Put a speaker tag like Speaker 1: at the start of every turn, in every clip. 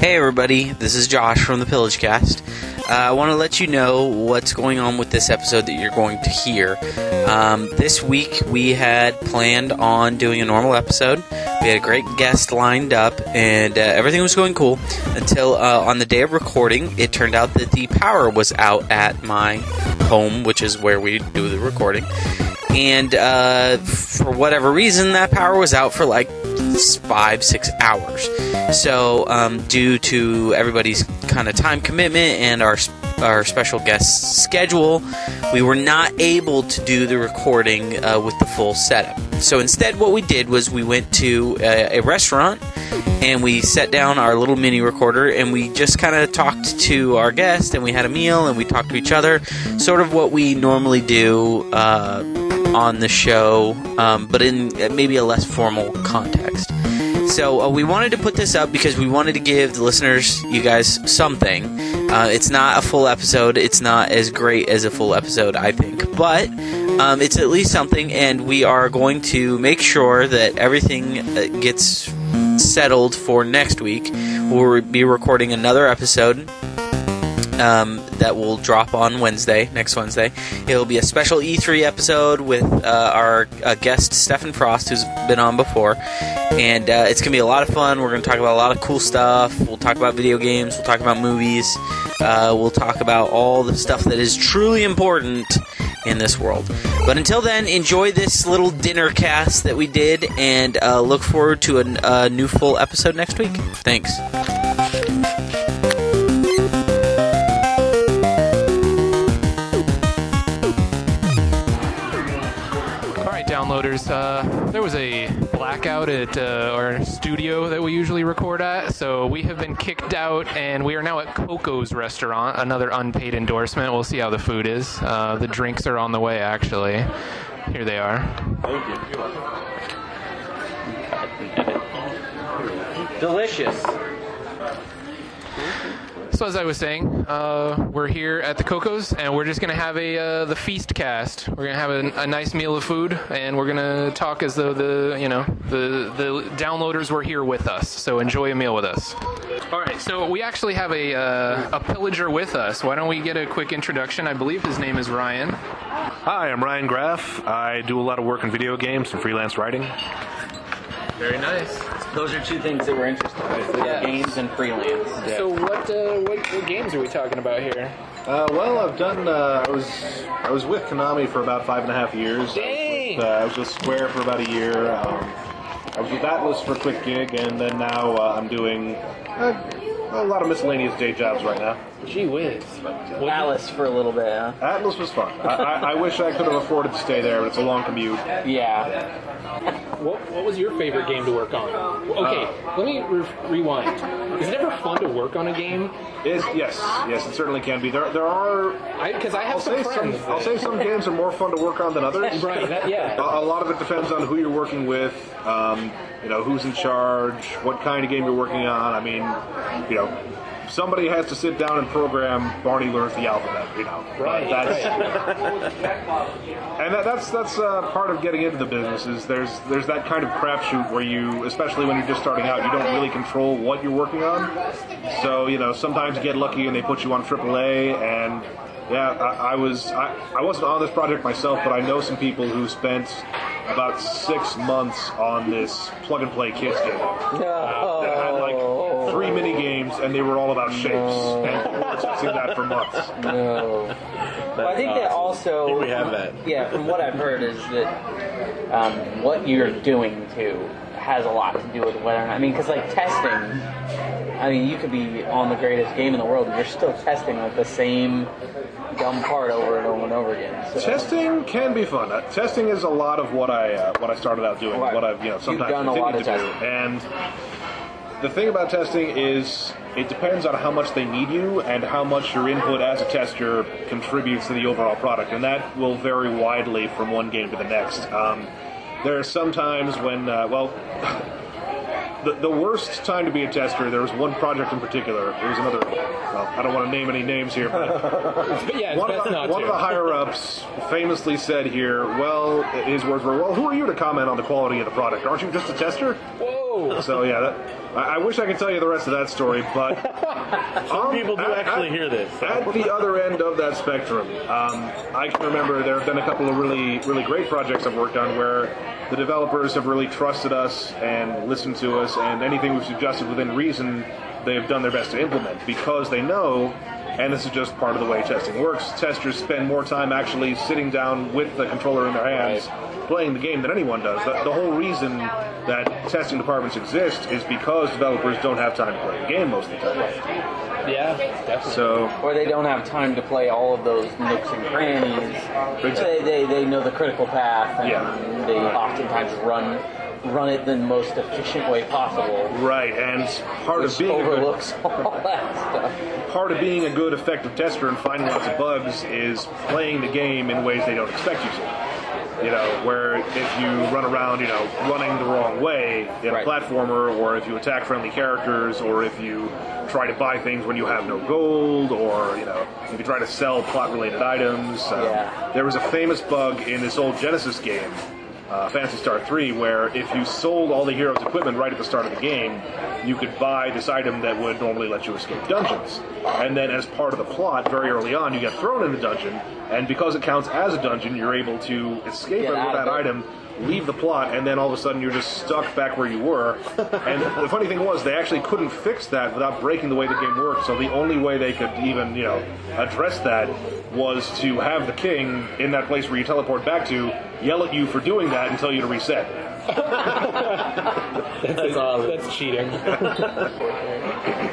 Speaker 1: Hey, everybody, this is Josh from the Pillage Cast. Uh, I want to let you know what's going on with this episode that you're going to hear. Um, this week, we had planned on doing a normal episode. We had a great guest lined up, and uh, everything was going cool until uh, on the day of recording, it turned out that the power was out at my home, which is where we do the recording. And uh, for whatever reason, that power was out for like five six hours so um, due to everybody's kind of time commitment and our our special guest schedule we were not able to do the recording uh, with the full setup so instead what we did was we went to uh, a, a restaurant and we set down our little mini recorder and we just kind of talked to our guest and we had a meal and we talked to each other sort of what we normally do uh, on the show, um, but in uh, maybe a less formal context. So uh, we wanted to put this up because we wanted to give the listeners, you guys, something. Uh, it's not a full episode. It's not as great as a full episode, I think, but um, it's at least something. And we are going to make sure that everything uh, gets settled for next week. We'll be recording another episode um, that will drop on Wednesday, next Wednesday. It'll be a special E3 episode with uh, our uh, guest, Stefan Frost, who's been on before. And uh, it's going to be a lot of fun. We're going to talk about a lot of cool stuff. We'll talk about video games. We'll talk about movies. Uh, we'll talk about all the stuff that is truly important in this world. But until then, enjoy this little dinner cast that we did and uh, look forward to an, a new full episode next week. Thanks.
Speaker 2: All right, downloaders. Uh, there was a blackout at uh, our studio that we usually record at, so we have been kicked out, and we are now at Coco's restaurant. Another unpaid endorsement. We'll see how the food is. Uh, the drinks are on the way, actually. Here they are.
Speaker 1: Delicious.
Speaker 2: So as I was saying, uh, we're here at the Cocos, and we're just gonna have a uh, the feast cast. We're gonna have a, a nice meal of food, and we're gonna talk as though the you know the the downloaders were here with us. So enjoy a meal with us. All right. So we actually have a uh, a pillager with us. Why don't we get a quick introduction? I believe his name is Ryan.
Speaker 3: Hi, I'm Ryan Graff. I do a lot of work in video games and freelance writing.
Speaker 2: Very nice.
Speaker 4: Those are two things that we're interested in: video
Speaker 2: Yeah.
Speaker 4: games and freelance.
Speaker 2: So what, uh, what what games are we talking about here?
Speaker 3: Uh, well, I've done. Uh, I was I was with Konami for about five and a half years. I was
Speaker 2: Dang.
Speaker 3: with, uh, I was with Square for about a year. Um, I was with Atlas for a quick gig, and then now uh, I'm doing uh, a lot of miscellaneous day jobs right now.
Speaker 2: Gee whiz.
Speaker 4: Alice for a little bit, huh?
Speaker 3: Atlas was fun. I, I, I wish I could have afforded to stay there, but it's a long commute.
Speaker 4: Yeah.
Speaker 5: What, what was your favorite game to work on? Okay,
Speaker 2: Uh,
Speaker 5: let me re- rewind. Is it ever fun to work on a game?
Speaker 3: Is yes, yes, it certainly can be. There, there are.
Speaker 5: Because I, have
Speaker 3: I'll
Speaker 5: some
Speaker 3: say some.
Speaker 5: friends. that-
Speaker 3: I'll say some games are more fun to work on than others.
Speaker 5: right, that,
Speaker 3: A,
Speaker 5: yeah.
Speaker 3: a lot of it depends on who you're working with, um, you know, who's in charge, what kind of game you're working on. I mean, you know, somebody has to sit down and program Barney learns the alphabet, you know. But
Speaker 5: Right,
Speaker 3: That's, And that, that's that's uh, part of getting into the business is there's there's that kind of crapshoot where you, especially when you're just starting out, you don't really control what you're working on. So you know, sometimes you get lucky and they put you on AAA and. Yeah, I, I was I, I wasn't on this project myself, but I know some people who spent about six months on this plug and play kids game. Uh, that had like three mini games, and they were all about shapes, and we were discussing that for months.
Speaker 4: Well, I think that also.
Speaker 6: we have that.
Speaker 4: Yeah, from what I've heard is that um, what you're doing too has a lot to do with whether or not. I mean, because like testing, I mean, you could be on the greatest game in the world and you're still testing like the same dumb part over and over and over again. So
Speaker 3: Testing can be fun. Uh, testing is a lot of what I uh, what I started out doing.
Speaker 4: Right.
Speaker 3: What I've you know
Speaker 4: You've
Speaker 3: sometimes
Speaker 4: done a
Speaker 3: continued
Speaker 4: lot of
Speaker 3: to do.
Speaker 4: testing.
Speaker 3: And the thing about testing is it depends on how much they need you and how much your input as a tester contributes to the overall product, and that will vary widely from one game to the next. Um, there are some times when uh, well. The, the worst time to be a tester, there was one project in particular. It was another, well, I don't want to name any names here, but
Speaker 5: But yeah, it's
Speaker 3: one, of
Speaker 5: best
Speaker 3: the,
Speaker 5: not
Speaker 3: one
Speaker 5: to.
Speaker 3: of the higher ups famously said here, well, his words were, well, who are you to comment on the quality of the product? Aren't you just a tester?
Speaker 5: Whoa! Whoa!
Speaker 3: So yeah, that, I, I wish I could tell you the rest of that story, but um, some
Speaker 6: People do actually hear this. so.
Speaker 3: At the other end of that spectrum, um, I can remember there have been a couple of really, really great projects I've worked on where the developers have really trusted us and listened to us, and anything we've suggested within reason, they've done their best to implement because they know, and this is just part of the way testing works. Testers spend more time actually sitting down with the controller in their hands, playing the game than anyone does. The, the whole reason that testing departments exist is because developers don't have time to play the game most of the time.
Speaker 5: Yeah, definitely.
Speaker 3: So
Speaker 4: or they don't have time to play all of those nooks and crannies. They, they, they know the critical path, and
Speaker 3: Yeah.
Speaker 4: they oftentimes run run it the most efficient way possible,
Speaker 3: Right, and part of
Speaker 4: which
Speaker 3: being a good,
Speaker 4: overlooks all that stuff.
Speaker 3: part of being a good effective tester and finding lots of bugs is playing the game in ways they don't expect you to. You know, where if you run around, you know, running the wrong way in
Speaker 4: Right.
Speaker 3: a platformer, or if you attack friendly characters, or if you try to buy things when you have no gold, or you know, if you try to sell plot-related items. Um,
Speaker 4: Yeah.
Speaker 3: there was a famous bug in this old Genesis game, uh, Fantasy Star 3, where if you sold all the heroes' equipment right at the start of the game, you could buy this item that would normally let you escape dungeons. And then, as part of the plot, very early on, you get thrown in the dungeon, and because it counts as a dungeon, you're able to escape
Speaker 4: Get
Speaker 3: it with
Speaker 4: out of
Speaker 3: that
Speaker 4: it.
Speaker 3: item. Leave the plot, and then all of a sudden you're just stuck back where you were. And the funny thing was, they actually couldn't fix that without breaking the way the game worked. So the only way they could even, you know, address that was to have the king in that place where you teleport back to yell at you for doing that and tell you to reset.
Speaker 5: That's, that's cheating.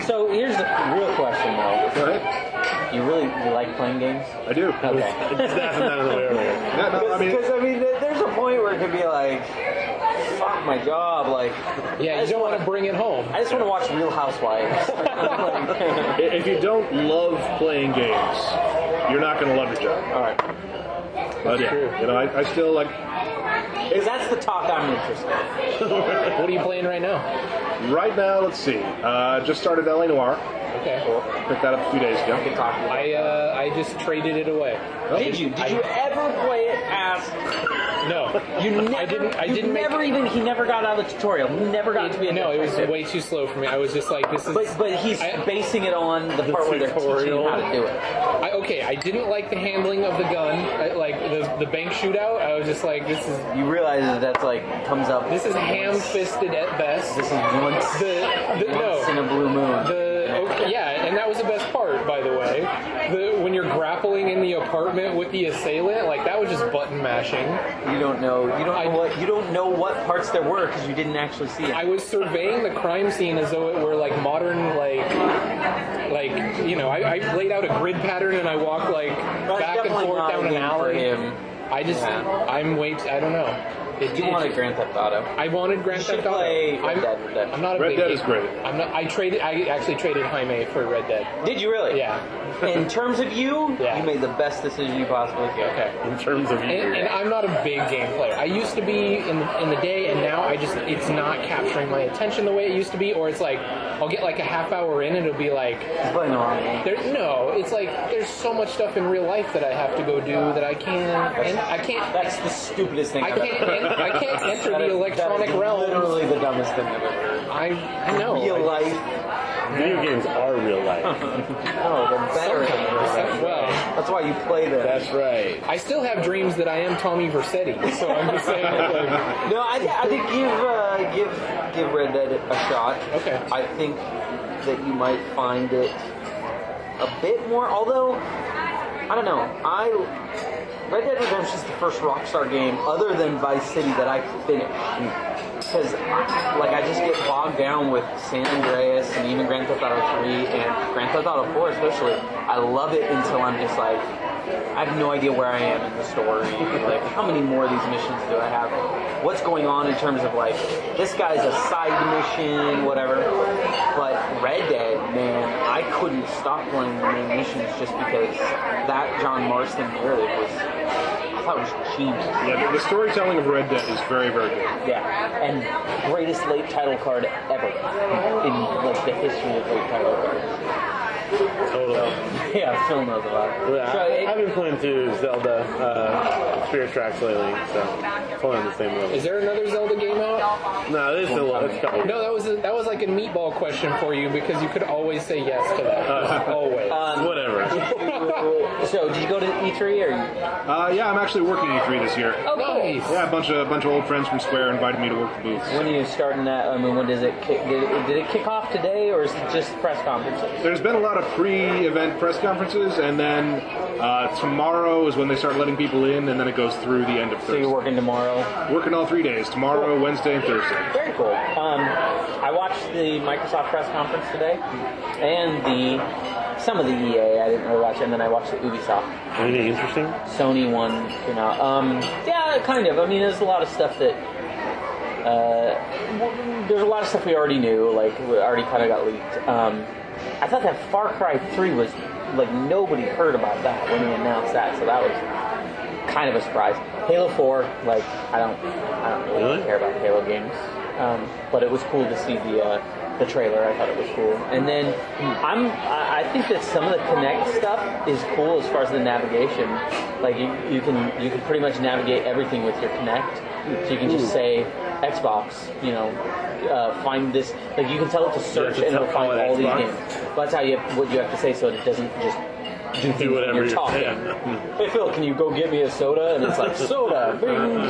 Speaker 4: So here's the real question, though.
Speaker 3: I
Speaker 4: You really you like playing games?
Speaker 3: do.
Speaker 4: Okay.
Speaker 6: Just laughing out of the way earlier.
Speaker 3: Yeah, no, I mean,
Speaker 4: Because I mean, there- there's a point where it could be like, fuck my job, like
Speaker 5: Yeah, you don't want to bring it home.
Speaker 4: I just want to watch Real Housewives. Like,
Speaker 3: i- if you don't love playing games, you're not going to love your job.
Speaker 4: all right,
Speaker 3: But yeah, you know, I, I still like
Speaker 4: because that's the talk I'm interested. in.
Speaker 5: What are you playing right now?
Speaker 3: right now. Let's see. Uh, just started La Noir.
Speaker 5: Okay.
Speaker 3: Picked that up a few days ago.
Speaker 4: Good talk.
Speaker 5: I uh, I just traded it away.
Speaker 4: Oh, Did you? Did you ever play it as?
Speaker 5: No,
Speaker 4: You never.
Speaker 5: I didn't. I
Speaker 4: you
Speaker 5: didn't
Speaker 4: never
Speaker 5: make.
Speaker 4: even. He never got out of the tutorial. He never got to be. A
Speaker 5: No, it was
Speaker 4: detective.
Speaker 5: way too slow for me. I was just like, this is.
Speaker 4: But but he's
Speaker 5: I-
Speaker 4: basing it on the, part where they're teaching him
Speaker 5: tutorial.
Speaker 4: how to do it.
Speaker 5: I, okay, I didn't like the handling of the gun, I, like the, the bank shootout. I was just like, this is
Speaker 4: You realize that that's like comes up.
Speaker 5: this is
Speaker 4: once-
Speaker 5: ham-fisted at best.
Speaker 4: This is once.
Speaker 5: The- the- no.
Speaker 4: once in a blue moon.
Speaker 5: The okay, yeah, and that was the best part, by the way. The when you're grappling in the apartment with the assailant, like that was just button mashing.
Speaker 4: You don't know. You don't
Speaker 5: I-
Speaker 4: know what. You don't know what parts there were because you didn't actually see
Speaker 5: I
Speaker 4: it.
Speaker 5: was surveying the crime scene as though it were like modern, like, like you know, I, I laid out a grid pattern and I walked like
Speaker 4: That's
Speaker 5: back and
Speaker 4: definitely
Speaker 5: forth
Speaker 4: not a
Speaker 5: down an
Speaker 4: win for
Speaker 5: alley.
Speaker 4: him.
Speaker 5: I just,
Speaker 4: Yeah.
Speaker 5: I'm way. T- I don't know. It,
Speaker 4: You
Speaker 5: it-
Speaker 4: wanted Grand Theft Auto.
Speaker 5: I wanted Grand
Speaker 4: You should
Speaker 5: Theft Auto.
Speaker 4: play Red
Speaker 5: I'm,
Speaker 4: Dead Redemption.
Speaker 5: I'm not a
Speaker 3: Red
Speaker 5: big
Speaker 3: Dead is
Speaker 5: gamer.
Speaker 3: great.
Speaker 5: I'm not. I traded. I actually traded Jaime for Red Dead.
Speaker 4: Did you really?
Speaker 5: Yeah.
Speaker 4: In terms of you,
Speaker 5: Yeah.
Speaker 4: you made the best decision you possibly could.
Speaker 5: Okay.
Speaker 6: In terms of
Speaker 5: And, and
Speaker 6: you.
Speaker 5: I'm not a big game player. I used to be in the, in the day, and now I just it's not capturing my attention the way it used to be. Or it's like I'll get like a half hour in, and it'll be like
Speaker 4: He's playing the wrong game.
Speaker 5: there. No, it's like there's so much stuff in real life that I have to go do that I can't. And I can't.
Speaker 4: That's the stupidest thing
Speaker 5: I
Speaker 4: I've
Speaker 5: can't.
Speaker 4: ever
Speaker 5: en- I can't enter
Speaker 4: That
Speaker 5: the
Speaker 4: is-
Speaker 5: electronic
Speaker 4: that is
Speaker 5: realm.
Speaker 4: Literally the dumbest thing I've ever heard.
Speaker 5: I I know.
Speaker 4: Real
Speaker 5: I-
Speaker 4: life.
Speaker 6: Video games are real life.
Speaker 4: No, they're Oh, better. than real life.
Speaker 5: sometimes, well,
Speaker 4: That's why you play them.
Speaker 6: That's right.
Speaker 5: I still have dreams that I am Tommy Versetti. So I'm just saying. Like,
Speaker 4: No, I, thi- I think give uh, give give Red Dead a shot.
Speaker 5: Okay.
Speaker 4: I think that you might find it a bit more. Although I don't know, I Red Dead Redemption is the first Rockstar game other than Vice City that I finished. Because like I just get bogged down with San Andreas and even Grand Theft Auto 3 and Grand Theft Auto 4 especially. I love it until I'm just like I have no idea where I am in the story. Like, how many more of these missions do I have? What's going on in terms of like this guy's a side mission, whatever. But Red Dead, man, I couldn't stop playing the main missions just because that John Marston narrative was, I thought it was genius.
Speaker 3: Yeah, the, the storytelling of Red Dead is very, very good.
Speaker 4: Yeah, and greatest late title card ever in like the history of late title cards.
Speaker 6: Totally.
Speaker 4: Yeah, Phil knows a lot.
Speaker 6: Yeah,
Speaker 4: So
Speaker 6: I,
Speaker 4: it-
Speaker 6: I've been playing through Zelda uh, Spirit Tracks lately, so it's only on the same level.
Speaker 5: Is there another Zelda game out?
Speaker 6: No, there's still a lot. It's a couple.
Speaker 5: No, that was a, that was like a meatball question for you because you could always say yes to that. always.
Speaker 3: Uh,
Speaker 6: Whatever.
Speaker 4: so did you go to E3 or you,
Speaker 3: Uh, yeah, I'm actually working E3 this year.
Speaker 5: Oh. nice.
Speaker 3: Yeah, a bunch of a bunch of old friends from Square invited me to work the booth.
Speaker 4: when are you starting that? I mean, when does it kick? Did it, did it kick off today or is it just press conferences?
Speaker 3: There's been a lot of pre-event press conferences, and then uh, tomorrow is when they start letting people in, and then it goes through the end of
Speaker 4: So
Speaker 3: Thursday.
Speaker 4: you're working tomorrow.
Speaker 3: Working all three days: tomorrow, Wednesday, and Thursday.
Speaker 4: Very cool. Um, I watched the Microsoft press conference today, and the some of the EA. I didn't really watch, it, and then I watched the Ubisoft
Speaker 6: Anything interesting?
Speaker 4: Sony one came out. Um, yeah, kind of. I mean, there's a lot of stuff that. Uh, w- there's a lot of stuff we already knew, like we already kind of got leaked. Um, I thought that Far Cry 3 was like nobody heard about that when they announced that, so that was kind of a surprise. Halo 4, like I don't, I don't really,
Speaker 6: Really?
Speaker 4: care about Halo games, um, but it was cool to see the uh, the trailer. I thought it was cool. And then I'm, I I think that some of the Connect stuff is cool as far as the navigation. Like you, you can you can pretty much navigate everything with your Connect. So you can just say Xbox, you know, uh, find this. Like you can tell it to search
Speaker 6: to
Speaker 4: and it'll
Speaker 6: tell-
Speaker 4: find
Speaker 6: call it
Speaker 4: all these
Speaker 6: Xbox?
Speaker 4: games. Well, that's how you what you have to say so that it doesn't just do, things when
Speaker 6: whatever
Speaker 4: you're
Speaker 6: you're
Speaker 4: talking.
Speaker 6: saying.
Speaker 4: Hey Phil, can you go get me a soda? And it's like soda. bing.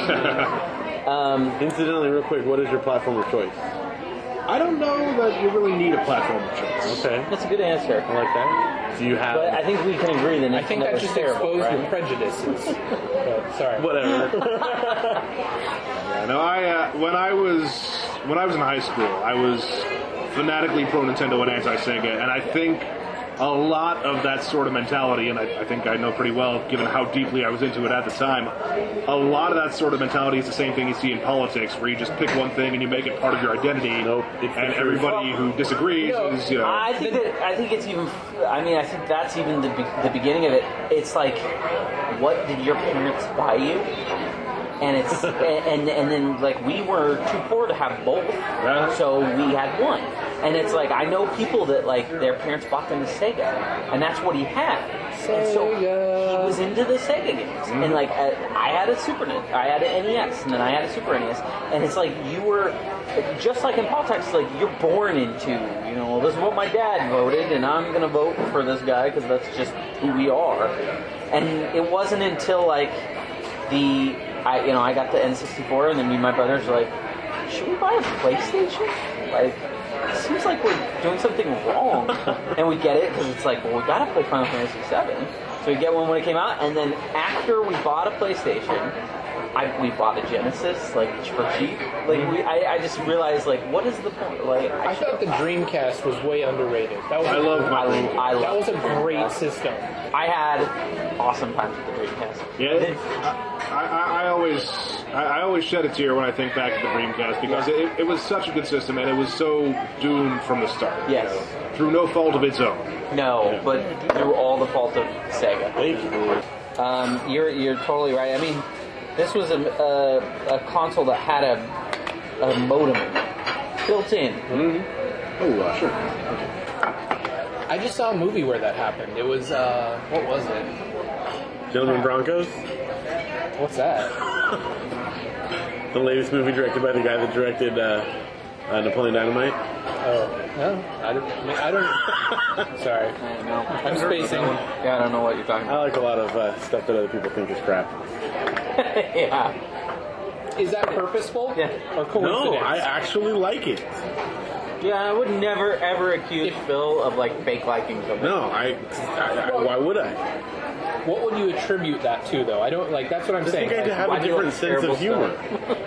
Speaker 6: Incidentally, real quick, what is your platform of choice?
Speaker 3: I don't know that you really need a platform of choice.
Speaker 6: Okay,
Speaker 4: That's a good answer.
Speaker 6: I like that. Do you have
Speaker 4: But I think we can agree that
Speaker 5: I think that
Speaker 4: was
Speaker 5: just
Speaker 4: terrible,
Speaker 5: exposed your
Speaker 4: right?
Speaker 5: prejudices. But, sorry.
Speaker 6: whatever?
Speaker 3: Yeah, no, I uh, when I was when I was in high school, I was fanatically pro Nintendo and anti Sega, and I think a lot of that sort of mentality, and I, I think I know pretty well, given how deeply I was into it at the time. A lot of that sort of mentality is the same thing you see in politics, where you just pick one thing and you make it part of your identity,
Speaker 6: Nope, it's the
Speaker 3: and
Speaker 6: truth.
Speaker 3: everybody who disagrees is you know.
Speaker 4: I think that I think it's even. I mean, I think that's even the be- the beginning of it. It's like, what did your parents buy you? And it's and and then like we were too poor to have both,
Speaker 3: Yeah.
Speaker 4: so we had one. And it's like I know people that like their parents bought them a Sega, and that's what he had. And so
Speaker 5: Sega.
Speaker 4: he was into the Sega games, and like I I had a Super Nintendo, I had an NES, and then I had a Super NES, and it's like you were just like in politics, like you're born into, you know, well, this is what my dad voted, and I'm gonna vote for this guy because that's just who we are. And it wasn't until like the I you know I got the N64, and then me and my brothers were like, should we buy a PlayStation? Like. it Seems like we're doing something wrong, and we get it because it's like, well, we gotta play Final Fantasy VII. So we get one when it came out, and then after we bought a PlayStation, I, we bought a Genesis like for cheap. Like we, I, I just realized like what is the point? Like I,
Speaker 5: I thought the Dreamcast was way underrated. That was
Speaker 3: I love my
Speaker 4: I,
Speaker 3: ring.
Speaker 4: I
Speaker 5: that
Speaker 4: love
Speaker 5: was a great system.
Speaker 4: I had awesome times with the Dreamcast.
Speaker 3: Yeah, it- I, I, I always I, I always shed a tear when I think back at the Dreamcast because it, it was such a good system and it was so doomed from the start.
Speaker 4: Yes.
Speaker 3: through no fault of its own.
Speaker 4: No, but through all the fault of Sega.
Speaker 6: Thank you.
Speaker 4: Um, you're you're totally right. I mean, this was a a, a console that had a a modem in it, built in.
Speaker 3: Oh, uh, sure.
Speaker 5: I just saw a movie where that happened. It was uh, what was it?
Speaker 6: Gentlemen Broncos,
Speaker 5: What's that?
Speaker 6: the latest movie directed by the guy that directed uh, uh, Napoleon Dynamite.
Speaker 5: Oh no, I don't. I, mean, I don't. sorry,
Speaker 4: I don't know.
Speaker 5: I'm spacing.
Speaker 4: Yeah, I don't know what you're talking
Speaker 6: I like a lot of uh, stuff that other people think is crap.
Speaker 4: about. yeah.
Speaker 5: Is that purposeful
Speaker 4: Yeah.
Speaker 5: or coincidence?
Speaker 6: No, I actually like it.
Speaker 4: Yeah, I would never ever accuse Phil of like fake liking something.
Speaker 6: No, I, I, I why would I?
Speaker 5: What would you attribute that to, though? I don't like. That's what I'm
Speaker 6: I
Speaker 5: saying.
Speaker 6: think I
Speaker 5: like,
Speaker 6: have
Speaker 4: why
Speaker 6: a
Speaker 4: do you
Speaker 6: different
Speaker 4: like
Speaker 6: sense
Speaker 4: terrible
Speaker 6: of humor.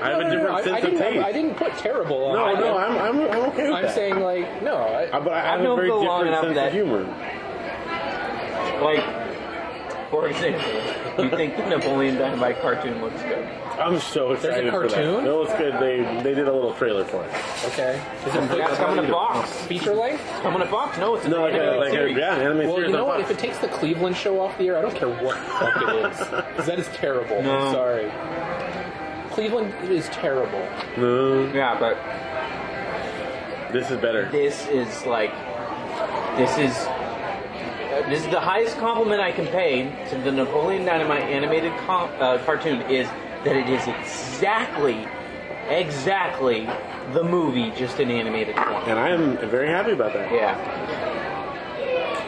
Speaker 6: I have a different
Speaker 5: I, I
Speaker 6: sense of
Speaker 5: didn't,
Speaker 6: taste.
Speaker 5: I didn't put terrible on.
Speaker 6: no,
Speaker 5: it.
Speaker 6: no, I'm, I'm, I'm okay with
Speaker 5: I'm
Speaker 6: that.
Speaker 5: saying like no.
Speaker 6: Uh,
Speaker 5: I,
Speaker 6: but I have
Speaker 4: I've known
Speaker 6: a very
Speaker 4: Phil long
Speaker 6: different
Speaker 4: enough
Speaker 6: sense
Speaker 4: that-
Speaker 6: of humor.
Speaker 4: Like, for example, you think the Napoleon Dynamite cartoon looks good.
Speaker 6: I'm so excited for
Speaker 5: cartoon?
Speaker 6: that. No, it's good. They they did a little trailer for it.
Speaker 5: okay. Is it
Speaker 4: Yeah, it's coming in a box.
Speaker 5: feature length?
Speaker 4: It's coming in a box. No, it's an
Speaker 6: No, like, a,
Speaker 4: animated
Speaker 6: like a,
Speaker 4: series.
Speaker 6: yeah, anime
Speaker 5: Well,
Speaker 6: series.
Speaker 5: you know
Speaker 6: on
Speaker 5: what? If
Speaker 6: Fox.
Speaker 5: it takes the Cleveland show off the air, I don't care what the fuck it is. 'Cause that is terrible. I'm sorry. Cleveland is terrible.
Speaker 6: No,
Speaker 4: Yeah, but
Speaker 6: this is better.
Speaker 4: this is like, this is This is the highest compliment I can pay to the Napoleon Dynamite animated com- uh, cartoon is that it is exactly, exactly the movie, just in animated form.
Speaker 6: And I am very happy about that.
Speaker 4: Yeah.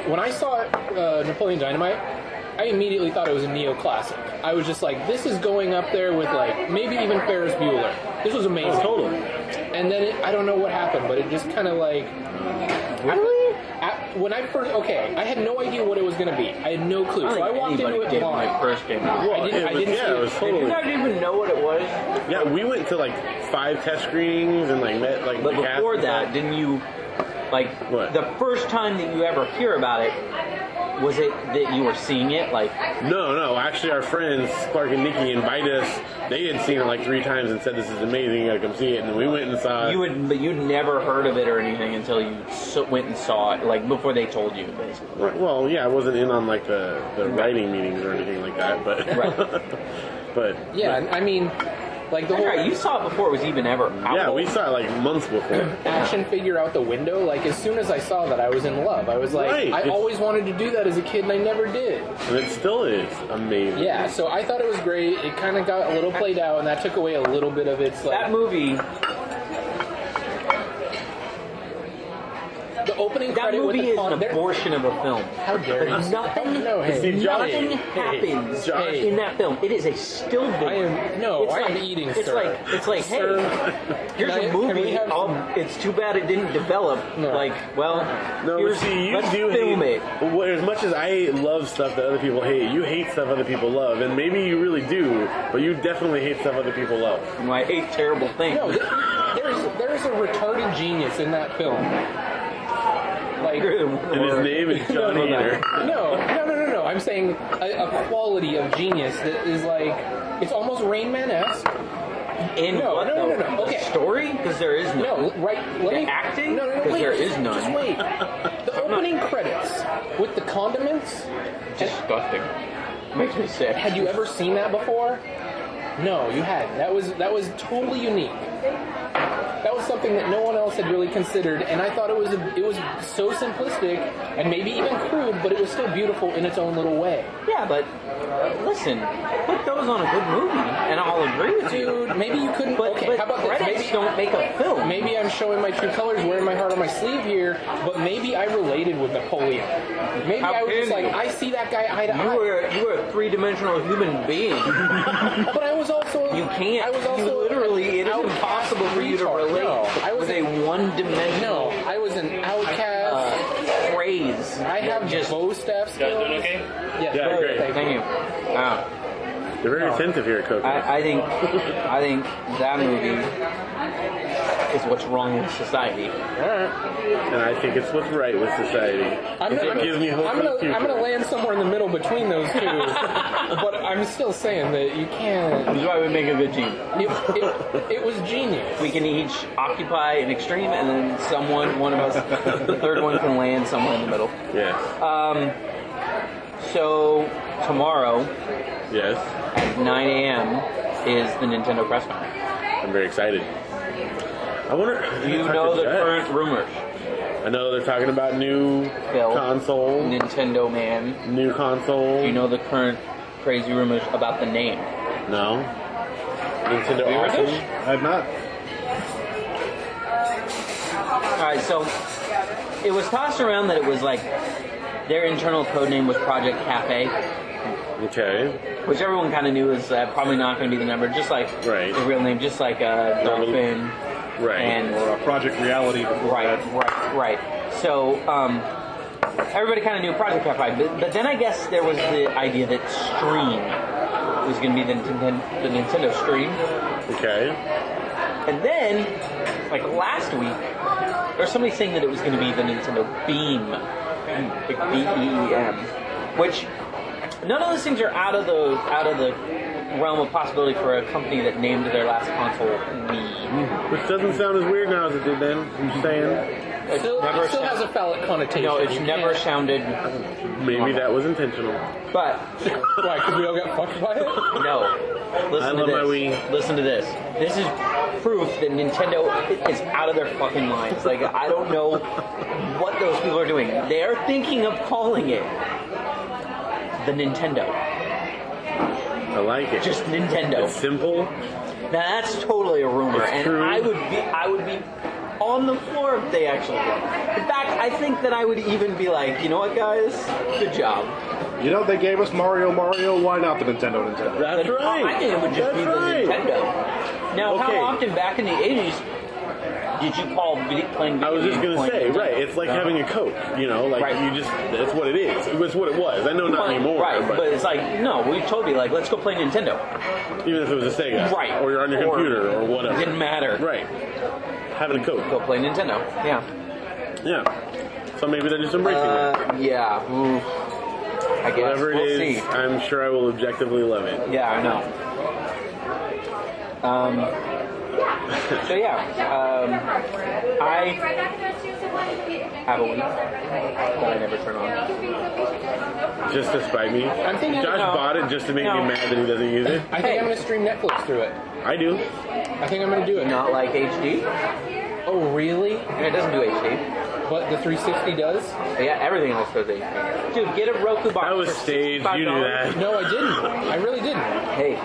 Speaker 5: When I saw uh, Napoleon Dynamite, I immediately thought it was a neoclassic. I was just like, this is going up there with like maybe even Ferris Bueller. This was amazing.
Speaker 6: Totally.
Speaker 5: And then it, I don't know what happened, but it just kind of like. Really? I, when I first okay, I had no idea what it was going to be. I had no clue.
Speaker 4: I
Speaker 5: so
Speaker 4: don't
Speaker 5: I
Speaker 4: think
Speaker 5: walked
Speaker 4: anybody
Speaker 5: into it
Speaker 4: did when
Speaker 5: blind.
Speaker 4: it first came out.
Speaker 5: I didn't-
Speaker 6: it
Speaker 5: I
Speaker 6: was-
Speaker 5: didn't
Speaker 6: yeah,
Speaker 5: see
Speaker 6: it was
Speaker 5: it.
Speaker 4: Did you
Speaker 6: totally.
Speaker 4: not even know what it was?
Speaker 6: Yeah, we went to like five test screenings and like met like.
Speaker 4: But
Speaker 6: the cast
Speaker 4: before
Speaker 6: and
Speaker 4: that,
Speaker 6: stuff.
Speaker 4: didn't you, like,
Speaker 6: What?
Speaker 4: the first time that you ever hear about it, was it that you were seeing it? Like,
Speaker 6: no, no. Actually, our friends Clark and Nikki invited us. They had seen it like three times and said, "This is amazing. You gotta come see it." And we went and saw it.
Speaker 4: you would, but you'd never heard of it or anything until you so, went and saw it, like, before they told you, basically.
Speaker 6: Well, yeah, I wasn't in on like the, the writing meetings or anything like that, but
Speaker 4: Right.
Speaker 6: but
Speaker 5: Yeah, and I mean, like the
Speaker 4: That's
Speaker 5: whole
Speaker 4: right, you saw it before it was even ever out.
Speaker 6: yeah, we saw it like months before.
Speaker 5: action figure out the window. Like as soon as I saw that, I was in love. I was like,
Speaker 6: Right,
Speaker 5: I
Speaker 6: it's-
Speaker 5: always wanted to do that as a kid, and I never did.
Speaker 6: And it still is amazing.
Speaker 5: Yeah, so I thought it was great. It kind of got a little played out, and that took away a little bit of its
Speaker 4: That
Speaker 5: like
Speaker 4: movie,
Speaker 5: the opening
Speaker 4: that
Speaker 5: credit with
Speaker 4: movie
Speaker 5: the
Speaker 4: is an
Speaker 5: con- there-
Speaker 4: abortion of a film.
Speaker 5: How dare you?
Speaker 4: Nothing,
Speaker 5: No, hey.
Speaker 6: See, Josh-
Speaker 4: nothing
Speaker 6: hey,
Speaker 4: happens
Speaker 6: Josh-
Speaker 4: in that film. It is a still video.
Speaker 5: I am no,
Speaker 4: It's
Speaker 5: I
Speaker 4: like-
Speaker 5: am eating.
Speaker 4: It's
Speaker 5: sir.
Speaker 4: like it's like hey,
Speaker 5: Sir,
Speaker 4: here's
Speaker 5: can I-
Speaker 4: a
Speaker 5: can
Speaker 4: movie.
Speaker 5: we have
Speaker 4: I'll-
Speaker 5: some-
Speaker 4: it's too bad it didn't develop.
Speaker 5: No.
Speaker 4: Like, well,
Speaker 6: No, but
Speaker 4: here's,
Speaker 6: see, you
Speaker 4: let's
Speaker 6: do
Speaker 4: film
Speaker 6: hate.
Speaker 4: it.
Speaker 6: Well, as much as I love stuff that other people hate, you hate stuff other people love, and maybe you really do, but you definitely hate stuff other people love.
Speaker 4: And I ate terrible things.
Speaker 5: no, th- there's there's a retarded genius in that film. Like
Speaker 6: And his name is John
Speaker 5: no, no,
Speaker 6: Hader.
Speaker 5: no, no, no, no, no. I'm saying a, a quality of genius that is like it's almost Rain Man esque.
Speaker 4: In
Speaker 5: No,
Speaker 4: what
Speaker 5: no, no,
Speaker 4: though?
Speaker 5: no, no.
Speaker 4: The
Speaker 5: Okay.
Speaker 4: story? Because there is no.
Speaker 5: No, right. Let
Speaker 4: The
Speaker 5: me,
Speaker 4: acting?
Speaker 5: No, no, no.
Speaker 4: 'Cause
Speaker 5: Wait,
Speaker 4: there is none.
Speaker 5: Just wait. The opening credits with the condiments.
Speaker 4: Disgusting. Makes me sick.
Speaker 5: Had you ever seen that before? No, you hadn't. That was that was totally unique. That was something that no one else had really considered, and I thought it was a, it was so simplistic and maybe even crude, but it was still beautiful in its own little way.
Speaker 4: Yeah, but uh, listen, put those on a good movie, and I'll agree with you.
Speaker 5: Dude, maybe you couldn't.
Speaker 4: But,
Speaker 5: okay,
Speaker 4: but
Speaker 5: how about this?
Speaker 4: credits
Speaker 5: Maybe-
Speaker 4: don't make a film.
Speaker 5: Maybe I'm showing my true colors, wearing my heart on my sleeve here, but maybe I related with Napoleon. Maybe
Speaker 4: How
Speaker 5: I was just
Speaker 4: can
Speaker 5: like,
Speaker 4: you?
Speaker 5: I see that guy eye to
Speaker 4: you
Speaker 5: eye.
Speaker 4: were you were a three-dimensional human being.
Speaker 5: but I was also
Speaker 4: You can't.
Speaker 5: I was also
Speaker 4: you literally. It is
Speaker 5: an outcast
Speaker 4: impossible for you to
Speaker 5: retard.
Speaker 4: relate
Speaker 5: No, I was
Speaker 4: with a
Speaker 5: a no.
Speaker 4: one-dimensional
Speaker 5: I was an outcast.
Speaker 4: uh, phrase.
Speaker 5: I have
Speaker 4: just.
Speaker 5: bow staff skills. Yes,
Speaker 6: Yeah,
Speaker 5: very
Speaker 6: great.
Speaker 5: thank you.
Speaker 4: Thank you. Wow.
Speaker 6: They're very attentive here at Coco.
Speaker 4: I, I think I think that movie is what's wrong with society.
Speaker 6: and I think it's what's right with society.
Speaker 5: I'm,
Speaker 6: It
Speaker 5: gonna, I'm,
Speaker 6: gives me hope
Speaker 5: I'm
Speaker 6: for the
Speaker 5: gonna,
Speaker 6: future.
Speaker 5: I'm gonna land somewhere in the middle between those two, but I'm still saying that you can't.
Speaker 4: That's why we make a good team.
Speaker 5: It, it, it was genius.
Speaker 4: We can each occupy an extreme, and then someone, one of us, the third one can land somewhere in the middle.
Speaker 6: Yes.
Speaker 4: Um, so tomorrow
Speaker 6: yes.
Speaker 4: at 9 a.m. is the Nintendo press conference.
Speaker 6: I'm very excited. I wonder.
Speaker 4: You know the current rumors.
Speaker 6: I know they're talking about new
Speaker 4: Bill.
Speaker 6: console,
Speaker 4: Nintendo man.
Speaker 6: new console.
Speaker 4: You know the current crazy rumors about the name.
Speaker 6: No. Nintendo
Speaker 4: Have you heard
Speaker 6: Awesome.
Speaker 4: this?
Speaker 6: I've not.
Speaker 4: All right, so it was tossed around that it was like their internal code name was Project Cafe,
Speaker 6: Okay.
Speaker 4: which everyone kind of knew was uh, probably not going to be the number. Just like
Speaker 6: Right.
Speaker 4: the real name, just like uh,
Speaker 6: Double-
Speaker 4: Dolphin
Speaker 6: Right.
Speaker 4: and
Speaker 3: Or uh, Project Reality before
Speaker 4: Right,
Speaker 3: that.
Speaker 4: right, right. So, um, everybody kind of knew Project Cat but, but then I guess there was the idea that Stream was going to be the Nintendo, the Nintendo Stream.
Speaker 6: okay.
Speaker 4: And then, like last week, there was somebody saying that it was going to be the Nintendo Beam. Like
Speaker 5: E
Speaker 4: B-E-E-M. Which, none of those things are out of the, out of the realm of possibility for a company that named their last console Wii.
Speaker 6: Which doesn't sound as weird now as it did then. I'm just saying.
Speaker 5: It still,
Speaker 4: never
Speaker 5: it still
Speaker 4: sound-
Speaker 5: has a phallic connotation.
Speaker 4: No, it's
Speaker 5: You
Speaker 4: never
Speaker 5: can't-
Speaker 4: sounded,
Speaker 6: Maybe that was intentional.
Speaker 4: but
Speaker 5: Why? Because we all got fucked by it.
Speaker 4: No. Listen
Speaker 6: I
Speaker 4: to
Speaker 6: love
Speaker 4: this.
Speaker 6: my Wii.
Speaker 4: Listen to this. This is proof that Nintendo is out of their fucking minds. Like, I don't know what those people are doing. They're thinking of calling it the Nintendo.
Speaker 6: I like it.
Speaker 4: Just Nintendo.
Speaker 6: it's simple.
Speaker 4: Now that's totally a rumor,
Speaker 6: It's
Speaker 4: and
Speaker 6: true.
Speaker 4: I would be I would be on the floor if they actually did. In fact, I think that I would even be like, you know what, guys, good job.
Speaker 3: You know, they gave us Mario Mario, why not the Nintendo Nintendo?
Speaker 6: That's
Speaker 4: But
Speaker 6: right.
Speaker 4: I think it would just
Speaker 6: That's
Speaker 4: be the
Speaker 6: right.
Speaker 4: Nintendo. Now,
Speaker 6: Okay.
Speaker 4: how often back in the eighties did you call video, playing? Video
Speaker 6: I was just
Speaker 4: games
Speaker 6: gonna say,
Speaker 4: playing Nintendo?
Speaker 6: right? It's like
Speaker 4: Uh-huh.
Speaker 6: having a Coke, you know, like
Speaker 4: Right.
Speaker 6: you just that's what it is. It's what it was. I know not
Speaker 4: Right,
Speaker 6: anymore,
Speaker 4: right?
Speaker 6: but,
Speaker 4: But it's like, no, we told you, like, let's go play Nintendo.
Speaker 6: even if it was a Sega,
Speaker 4: Right.
Speaker 6: or you're on your
Speaker 4: Or-
Speaker 6: computer or whatever,
Speaker 4: Didn't matter.
Speaker 6: right? Having a Coke,
Speaker 4: Go play Nintendo. Yeah.
Speaker 6: yeah. So maybe they're just embracing it.
Speaker 4: Uh, yeah. mm, I guess
Speaker 6: Whatever
Speaker 4: we'll
Speaker 6: it is,
Speaker 4: see.
Speaker 6: I'm sure I will objectively love it.
Speaker 4: Yeah, I know. Um, so yeah, um, I have a week that I never turn on.
Speaker 6: Just to spite me.
Speaker 5: I'm thinking-
Speaker 6: Josh
Speaker 5: no.
Speaker 6: bought it just to make
Speaker 4: No.
Speaker 6: me mad that he doesn't use it.
Speaker 5: I think
Speaker 4: Hey.
Speaker 5: I'm gonna stream Netflix through it.
Speaker 6: I do.
Speaker 5: I think I'm gonna do it.
Speaker 4: Not like HD.
Speaker 5: Oh really?
Speaker 4: It doesn't do HD.
Speaker 5: What the 360 does?
Speaker 4: But yeah, everything else does HD. Dude, get a Roku box.
Speaker 6: That was
Speaker 4: for
Speaker 6: staged. You knew
Speaker 4: $65.
Speaker 6: that.
Speaker 5: No, I didn't. I really didn't.
Speaker 4: Hey,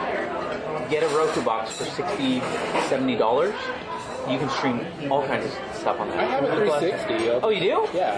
Speaker 4: get a Roku box for 60 $70. You can stream all kinds of stuff on that.
Speaker 5: I have a 360.
Speaker 4: Oh, you do?
Speaker 5: Yeah.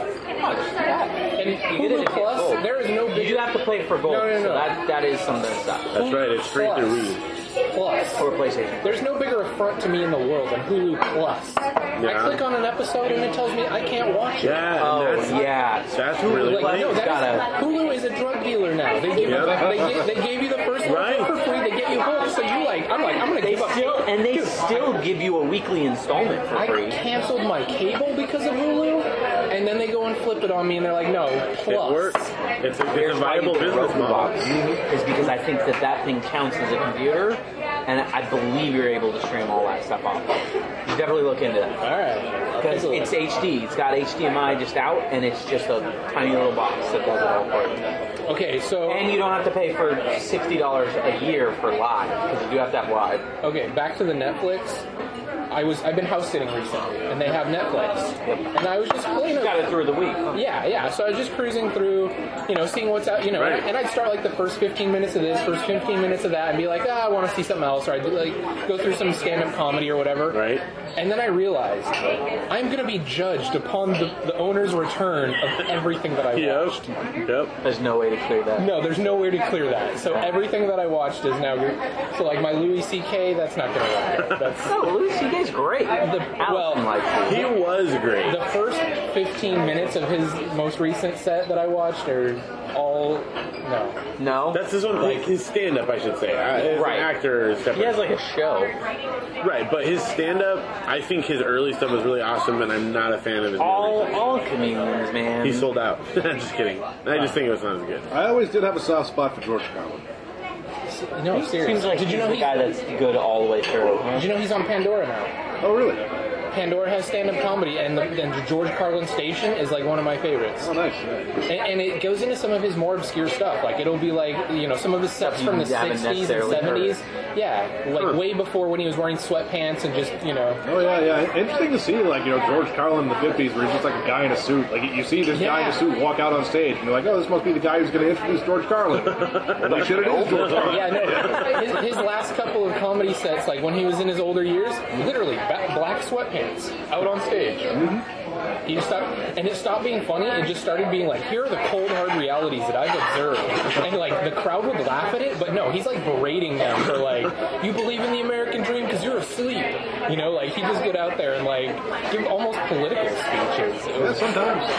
Speaker 5: And
Speaker 4: You get it
Speaker 5: Hulu
Speaker 4: if you have
Speaker 5: Plus,
Speaker 4: gold.
Speaker 5: there is no
Speaker 4: You
Speaker 5: big
Speaker 4: do have to play it for gold,
Speaker 5: No, no,
Speaker 4: so
Speaker 5: no.
Speaker 4: that, that is something stuff.
Speaker 6: That's right. It's straight through Wii.
Speaker 5: plus.
Speaker 4: Or PlayStation.
Speaker 5: There's no bigger affront to me in the world than Hulu Plus.
Speaker 6: Yeah.
Speaker 5: I click on an episode and it tells me I can't watch it.
Speaker 6: Yeah.
Speaker 4: Oh,
Speaker 6: and that's,
Speaker 4: yeah.
Speaker 6: That's
Speaker 5: Hulu,
Speaker 6: really.
Speaker 5: like, no, that is-
Speaker 4: Gotta-
Speaker 5: Hulu is a drug dealer now. They give
Speaker 6: Yeah.
Speaker 5: they, gi- they gave you the first
Speaker 6: Right.
Speaker 5: one for free. They get you hooked. So you like, I'm like, I'm gonna
Speaker 4: They
Speaker 5: give up.
Speaker 4: still and they
Speaker 5: Dude,
Speaker 4: still give you a weekly installment for
Speaker 5: I
Speaker 4: free.
Speaker 5: canceled my cable because of Hulu, and then they go and flip it on me, and they're like, "No, plus."
Speaker 6: It works. It's a, it's a
Speaker 4: why you
Speaker 6: viable
Speaker 4: get a
Speaker 6: business
Speaker 4: Roku
Speaker 6: model.
Speaker 4: box, Is because I think that that thing counts as a computer, and I believe you're able to stream all that stuff off. You definitely look into that
Speaker 5: All right.
Speaker 4: because it's HD. It's got HDMI just out, and it's just a tiny little box that does it all for you.
Speaker 5: okay. So
Speaker 4: And you don't have to pay for sixty dollars a year for live because you do have to have live.
Speaker 5: Okay, back to the Netflix. I was I've been house sitting recently, and they have Netflix, and I was just playing.
Speaker 4: You got it through the week.
Speaker 5: Yeah, yeah. So I was just cruising through, you know, seeing what's out, you know,
Speaker 6: Right.
Speaker 5: and I'd start like the first 15 minutes of this, first 15 minutes of that, and be like, ah, I want to see something else, or I'd like go through some stand-up comedy or whatever.
Speaker 6: Right.
Speaker 5: And then I realized I'm gonna be judged upon the, the owner's return of everything that I
Speaker 6: Yep.
Speaker 5: watched.
Speaker 6: Yep.
Speaker 4: There's no way to clear that.
Speaker 5: No, there's nowhere to clear that. So everything that I watched is now. So like my Louis C.K. That's not gonna. work. That's
Speaker 4: No, Louis CK's great.
Speaker 5: The-
Speaker 4: Allison
Speaker 5: well,
Speaker 4: likes
Speaker 6: He
Speaker 4: it.
Speaker 6: was great.
Speaker 5: The first 15 minutes of his most recent set that I watched are all no.
Speaker 4: No,
Speaker 6: That's his one, like his stand up, I should say. Uh, as
Speaker 4: Right.
Speaker 6: An actor is separate.
Speaker 4: he has like a show.
Speaker 6: right, but his stand up, I think his early stuff was really awesome, and I'm not a fan of his.
Speaker 4: All
Speaker 6: movies.
Speaker 4: all comedians, man.
Speaker 6: He sold out. just kidding. I just think it was not as good.
Speaker 3: I always did have a soft spot for George Carlin.
Speaker 5: No,
Speaker 4: He seems
Speaker 5: seriously.
Speaker 4: like
Speaker 5: Did you
Speaker 4: he's
Speaker 5: know
Speaker 4: the
Speaker 5: he?
Speaker 4: guy that's good all the way through.
Speaker 5: Did you know he's on Pandora now?
Speaker 3: Oh, really?
Speaker 5: Pandora has stand-up comedy, and the, and the George Carlin Station is like one of my favorites.
Speaker 3: Oh, nice. yeah.
Speaker 5: And, and it goes into some of his more obscure stuff. Like it'll be like you know some of his sets
Speaker 4: you
Speaker 5: from the
Speaker 4: haven't
Speaker 5: 60s and
Speaker 4: necessarily heard.
Speaker 5: 70s. Yeah, like
Speaker 6: Huh.
Speaker 5: way before when he was wearing sweatpants and just you know.
Speaker 3: Oh, yeah, yeah. Interesting to see, like, you know, George Carlin in the 50s, where he's just like a guy in a suit. Like, you see this guy in a
Speaker 5: Yeah.
Speaker 3: suit walk out on stage, and you're like, oh, this must be the guy who's going to introduce George Carlin. and like, shit, it is George Carlin.
Speaker 5: Yeah, no. His, his last couple of comedy sets, like when he was in his older years, literally ba- black sweatpants out on stage. He just stopped, and it stopped being funny. It just started being like, here are the cold hard realities that I've observed, and like the crowd would laugh at it, but no, he's like berating them for like, you believe in the American dream because you're asleep. You know, like he just get out there and like give almost political speeches. It
Speaker 3: Yeah,
Speaker 5: was,
Speaker 3: sometimes.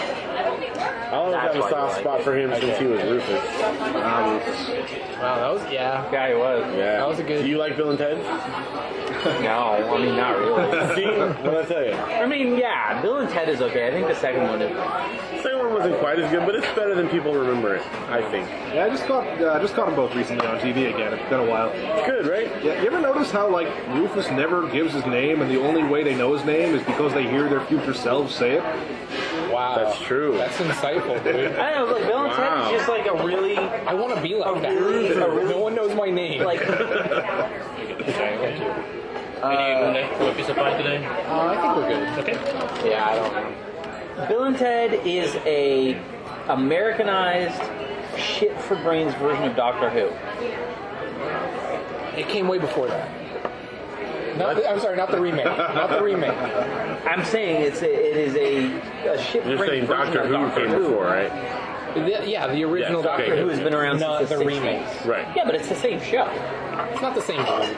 Speaker 6: I always
Speaker 4: That's
Speaker 6: have a
Speaker 4: why you
Speaker 6: soft
Speaker 4: like
Speaker 6: spot for him since he was Rufus.
Speaker 5: wow, that was yeah.
Speaker 4: Yeah, he was.
Speaker 6: Yeah.
Speaker 5: That was a good-
Speaker 6: Do you like Bill and Ted?
Speaker 4: No, I mean not really.
Speaker 6: See? what did I tell you?
Speaker 4: I mean, yeah, Bill and Ted is okay. I think the second one is.
Speaker 6: Second one wasn't quite as good, but it's better than people remember it, I think.
Speaker 3: Yeah, I just caught, uh, I just caught them both recently on TV again. It's been a while.
Speaker 6: It's good, right?
Speaker 3: Yeah, you ever notice how like Rufus never gives his name, and the only way they know his name is because they hear their future selves say it?
Speaker 5: Wow,
Speaker 6: That's true.
Speaker 5: That's insightful, dude.
Speaker 4: I don't know. Like, Bill and Ted
Speaker 6: Wow.
Speaker 4: is just like a really
Speaker 5: I want to be like
Speaker 4: really-
Speaker 5: that.
Speaker 4: a really-
Speaker 5: No one knows my name.
Speaker 4: like.
Speaker 7: Any next what piece of pie today?
Speaker 5: Uh, I think we're good.
Speaker 7: Okay.
Speaker 4: Yeah, I don't know. Bill and Ted is a Americanized shit for brains version of Doctor Who.
Speaker 5: It came way before that. Not the, I'm sorry, not the remake. Not the remake.
Speaker 4: I'm saying it's a, it is a, a shit for
Speaker 6: You're saying
Speaker 4: brains version
Speaker 6: Doctor
Speaker 4: of
Speaker 6: Who
Speaker 4: Doctor
Speaker 6: came
Speaker 4: Who.
Speaker 6: before, right?
Speaker 5: The- yeah, the original
Speaker 6: Yes, okay,
Speaker 5: Doctor
Speaker 6: good.
Speaker 5: Who
Speaker 4: Who's been around
Speaker 5: not
Speaker 4: since
Speaker 5: the,
Speaker 4: the, 60s.
Speaker 5: remake.
Speaker 6: Right.
Speaker 4: Yeah, but it's the same show.
Speaker 5: It's not the same dude.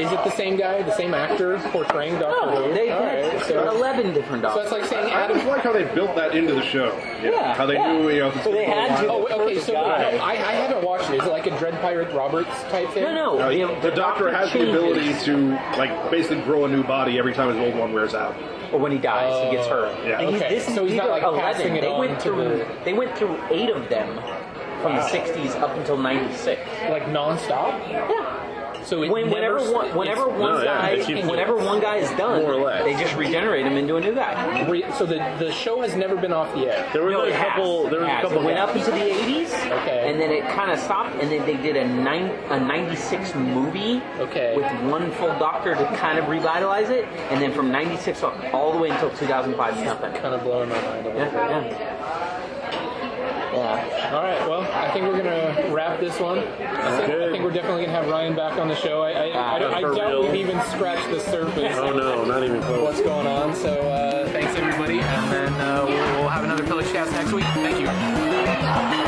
Speaker 5: Is it the same guy, the same actor portraying Doctor
Speaker 4: No,
Speaker 5: Who?
Speaker 4: they've
Speaker 5: Oh, All
Speaker 4: had
Speaker 5: right, so,
Speaker 4: 11 different
Speaker 5: so it's
Speaker 4: Doctors.
Speaker 5: like saying
Speaker 3: I just
Speaker 5: Adam.
Speaker 3: like how they built that into the show.
Speaker 4: yeah,
Speaker 3: How they
Speaker 4: yeah.
Speaker 3: knew, you know,
Speaker 4: So they had to.
Speaker 5: Oh, okay. So no,
Speaker 4: guy.
Speaker 5: I, I haven't watched it. Is it like a Dread Pirate Roberts type thing?
Speaker 4: No, no.
Speaker 3: Uh,
Speaker 4: the,
Speaker 6: Oh,
Speaker 3: the doctor has the
Speaker 4: changes.
Speaker 3: ability to like basically grow a new body every time his old one wears out.
Speaker 4: Or when he dies, he gets hurt.
Speaker 6: Oh,
Speaker 3: Yeah.
Speaker 4: And he's-
Speaker 5: Okay,
Speaker 4: this is
Speaker 5: so he's
Speaker 4: these
Speaker 5: not,
Speaker 4: are
Speaker 5: like,
Speaker 4: 11.
Speaker 5: passing it
Speaker 4: they
Speaker 5: on
Speaker 4: went
Speaker 5: to
Speaker 4: through.
Speaker 5: the-
Speaker 4: They went through eight of them from the 60s up until 96.
Speaker 5: Like nonstop.
Speaker 4: Yeah.
Speaker 5: So it
Speaker 4: When,
Speaker 5: never,
Speaker 4: whenever one, whenever
Speaker 5: it's-
Speaker 4: one
Speaker 6: no, yeah,
Speaker 4: guy,
Speaker 6: they keep-
Speaker 4: whenever one guy is done,
Speaker 6: More or less.
Speaker 4: they just regenerate him into a new guy.
Speaker 5: re- so the the show has never been off the air.
Speaker 6: There was
Speaker 4: No,
Speaker 6: a
Speaker 4: it has.
Speaker 6: couple. There was
Speaker 4: It
Speaker 6: a
Speaker 4: has.
Speaker 6: couple.
Speaker 4: It went up into the 80s,
Speaker 5: Okay.
Speaker 4: and then it kind of stopped, and then they did a nine a 96 movie,
Speaker 5: Okay.
Speaker 4: with one full doctor to kind of revitalize it, and then from 96 all, all the way until 2005, nothing.
Speaker 5: Kind of blowing my mind a little
Speaker 4: Yeah,
Speaker 5: bit.
Speaker 4: yeah. Yeah.
Speaker 5: All right. Well, I think we're gonna wrap this one. I think, I
Speaker 6: Good.
Speaker 5: think we're definitely gonna have Ryan back on the show. I,
Speaker 4: Ah,
Speaker 5: I, I, don't- I
Speaker 6: For
Speaker 5: doubt
Speaker 6: real.
Speaker 5: we've even scratched the surface.
Speaker 6: Oh no, not even
Speaker 5: of
Speaker 6: close.
Speaker 5: What's going on? So uh, thanks everybody, and then uh, we'll, we'll have another Pillage Cast next week. Thank you.